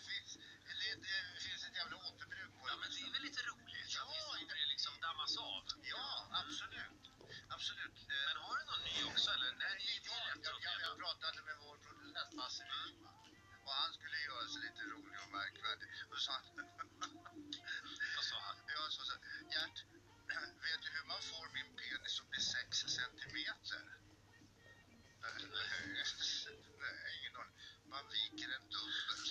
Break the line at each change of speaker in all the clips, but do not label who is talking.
liksom
absolut. Eh,
Men har du någon ny också eller? Nej, det är ju
ja,
lätt
jag,
att
jag,
göra.
jag pratade med vår producent Basse Wiman. Och han skulle göra sig lite rolig och märkvärdig. Och så han...
Vad sa han?
jag sa så här, Gert, vet du hur man får min penis att bli 6 centimeter? Nej, nej, ingen aning. Man viker den dubbelt.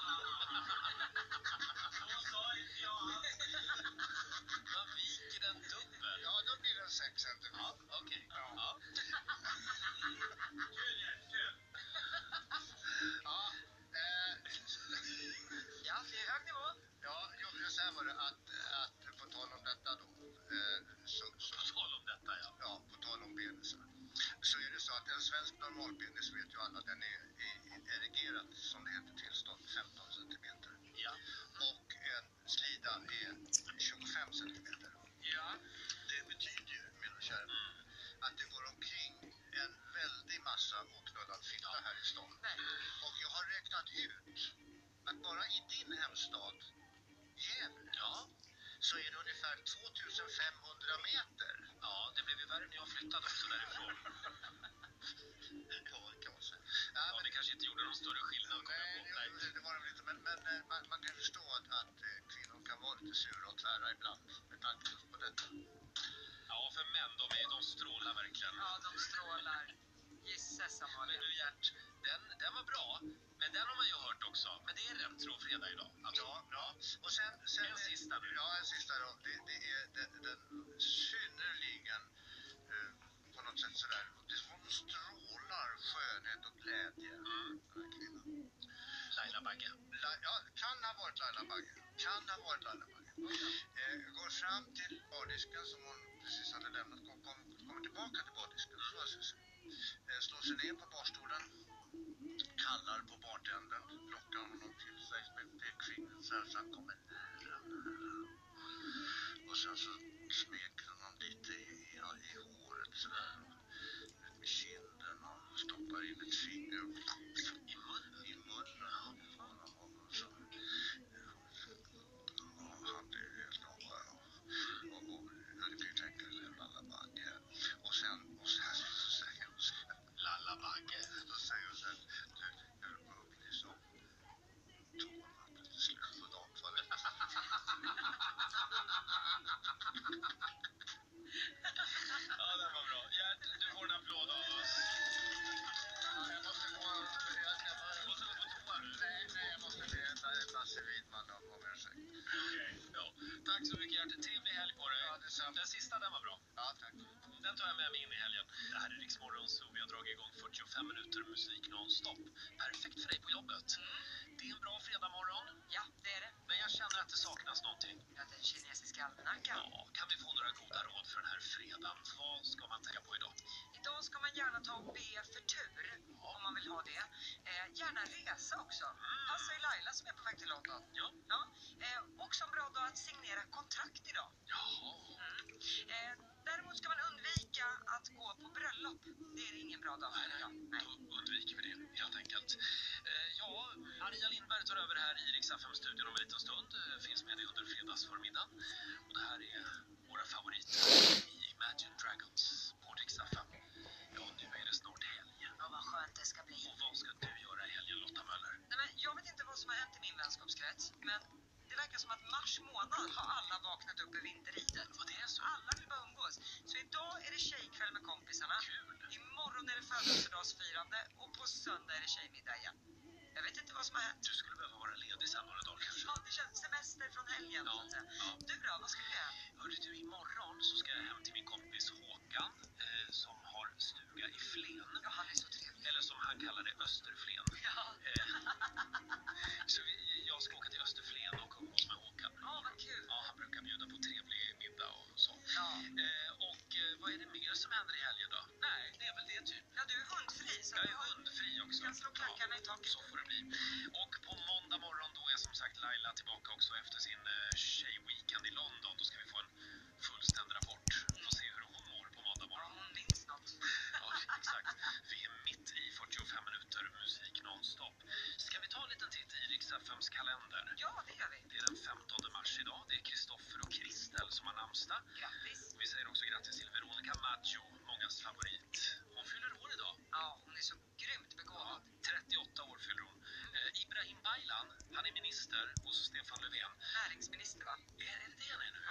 Man viker den dubbel.
Ja, då blir den 6 centimeter.
Ja, okej. Ja.
Ja, eh,
Ja, det är hög nivå.
ja, jo, men så här var det att, att på tal om detta då. Eh, så, så,
På tal om detta ja.
ja, på tal om penisar. Så är det så att en svensk normalpenis vet ju alla, den är, är erigerad som det heter tillstånd 15 centimeter.
Ja.
Och en slida är 25 centimeter.
Ja.
Det betyder ju, mina kära vänner, att det går omkring en väldig massa oknullad fitta här i stan. Och jag har räknat ut att bara i din hemstad, Gävle,
Ja.
så är det ungefär 2500 meter.
Ja, det blev ju värre när jag flyttade också därifrån.
Ja, det kan man säga. Ja,
Ja,
men,
det kanske inte gjorde någon större skillnad kom jag
nej,
på. Nej.
det- det var det väl inte. Men, men eh, man, man kan förstå att, att eh, kvinnor kan vara lite sura och tvära ibland med tanke just på detta.
Ja, för män, de, är, de strålar verkligen.
Ja, de strålar. Gisses
Men
Amalia.
du Gert, den, den var bra. Men den har man ju hört också. Men det är retrofredag idag. Alltså,
Ja, ja. Och sen, sen,
En sista nu.
Ja, en sista då. Det, det är den, den synnerligen eh, på något sätt sådär. Det är som hon strålar skönhet och glädje. Den här kvinnan.
Laila Bagge.
La, ja, kan ha varit Laila Bagge. Kan ha varit Laila Bagge. Eh, går fram till bardisken som hon precis hade lämnat. Kom, kom, kommer tillbaka till bardisken. Så, så, så. Eh, slår sig ner på barstolen. Kallar på bartendern. Lockar honom till sig med pekfingret så här så han kommer nära. Och sen så smeker hon honom lite i, i, i håret så där. Med kinden och stoppar in ett finger. I munnen? I munnen. på honom och så. Och han blev helt av. Och, och, och ja, du kan ju tänka dig Lalla Bagge. Och sen, och sen så säger hon så här. Lalla Bagge. Då säger hon så här. Du, jag höll på att upplysa om toavattnet till slut på damtoaletten.
Ja, den var bra. Gert, du får en applåd av oss.
Jag måste gå jag
Du
ska bara...
måste gå på toa nu.
Nej, nej, jag måste be Basse Widman om, om ursäkt.
Ja. Tack så mycket Gert. Trevlig helg på dig.
Ja, detsamma.
Den sista, den var bra.
Ja, tack.
Den tar jag med mig in i helgen. Det här är Riksmorgon så vi har dragit igång 45 minuter musik nonstop. Perfekt för dig på jobbet. Det är en bra fredagmorgon,
Ja, det är det.
men jag känner att det saknas någonting.
Ja, den kinesiska almanackan.
Ja, kan vi få några goda råd för den här fredagen? Vad ska man tänka på idag?
Idag ska man gärna ta och be för tur, om man vill ha det. Eh, gärna resa också. Passar ju Laila som är på väg till London.
Ja.
Ja. Eh, också en bra dag att signera kontrakt idag.
Jaha.
Mm. Eh, däremot ska man undvika att gå på bröllop. Det är ingen bra dag för idag. Nej.
Då undviker vi det helt enkelt. Eh, ja, Maria Lindberg tar över här i Rix FM-studion om en liten stund. Eh, finns med dig under fredagsförmiddagen. Och det här är våra favoriter i Imagine Dragons på Rix FM. Ja, nu är det snart helg.
Ja, vad skönt det ska bli.
Och vad ska du göra i helgen Lotta Möller?
Nej, men jag vet inte vad som har hänt i min vänskapskrets, men det verkar som att mars månad har alla vaknat upp ur vinteridet.
Vad det är så?
Alla vill bara umgås. Så idag är det tjejkväll med kompisarna.
Kul.
Imorgon är det födelsedagsfirande och på söndag är det tjejmiddag igen. Jag vet inte vad som har hänt.
Du skulle behöva vara ledig sen några dagar kanske?
Ja, det känns semester från helgen.
Ja,
så att säga.
ja.
Du då, vad ska du göra?
Hörru du, imorgon så ska jag hem till min kompis Håkan eh, som har stuga i Flen.
Ja, han är så trevlig.
Eller som han kallar det, Österflen.
Ja.
Eh, så vi, jag ska åka till Österflen och umgås med Håkan.
Ja, vad kul.
Ja, han brukar bjuda på trevlig middag och så.
Ja.
Eh, och eh, vad är det mer som händer i helgen då? Nej, det är väl det typ.
Ja, du är hundfri. Så
Jag
du
är
har-
hundfri också.
kan slå klackarna i taket.
Så får det bli. Och på måndag morgon då är som sagt Laila tillbaka också efter sin eh, tjejweekend i London. Då ska vi få en fullständig rapport. Får se hur hon mår på måndag
Ja,
morgon.
hon minns något.
Ja, exakt. Vi är mitt i 45 minuter musik nonstop. Ska vi ta en liten titt i Rix FMs kalender?
Ja, det gör vi.
Det är den 15 mars idag. Det är Kristoffer och Kristel som har namnsdag.
Grattis.
Vi säger också grattis till Veronica Maggio Eh,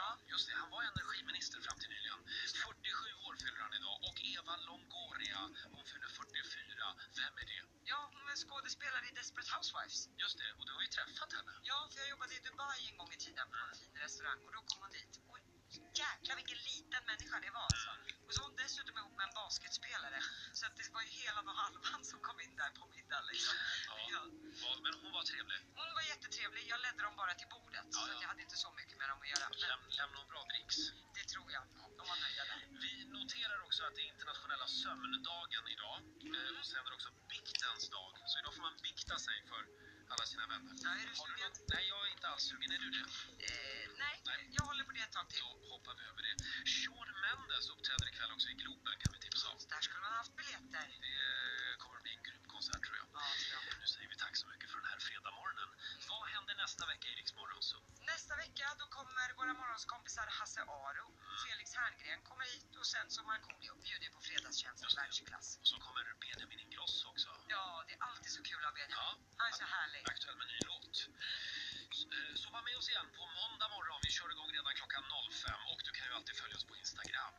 skådespelare i Desperate Housewives.
Just det, och du har ju träffat henne.
Ja, för jag jobbade i Dubai en gång i tiden på en fin restaurang och då kom hon dit. Och jäklar vilken liten människa det var alltså. Och så var hon dessutom ihop med en basketspelare. Så att det var ju hela och halvan som kom in där på middag liksom. Ja.
Ja, ja, men hon var trevlig.
Hon var jättetrevlig, jag ledde dem bara till bordet.
Ja,
Så
ja.
att jag hade inte så mycket med dem att göra. Men
Läm, lämnade hon bra dricks?
det tror jag. De var nöjda där.
Vi noterar också att det är internationella sömndagen idag. Eh, Och sen är det också biktens dag. Så idag får man bikta sig för alla sina vänner.
Ja, är du
Har
sugen?
något- Nej, jag är inte alls sugen. Är du det?
Eh, nej,
Nej.
jag håller på det ett tag till.
Då hoppar vi över det. Sean Mendes uppträder ikväll också i Globen kan vi tipsa om.
Där skulle man ha haft biljetter.
Det eh, kommer att bli en grym konsert tror jag.
Ja, tror jag.
Nu säger vi tack så mycket för den här fredagmorgonen. Vad händer nästa vecka i Rix Morgon Zoo?
Nästa vecka då kommer våra morgonskompisar Hasse Aro, Felix Herngren kommer hit och sen så Markoolio bjuder på fredagstjänst i världsklass.
Och så kommer Benjamin Ingrosso också.
Ja, det är alltid så kul att ha
Ja.
Benjamin. Han är så härlig.
Aktuell med ny låt. Så, eh, Så var med oss igen på måndag morgon. Vi kör igång redan klockan 05 och du kan ju alltid följa oss på Instagram. Mm.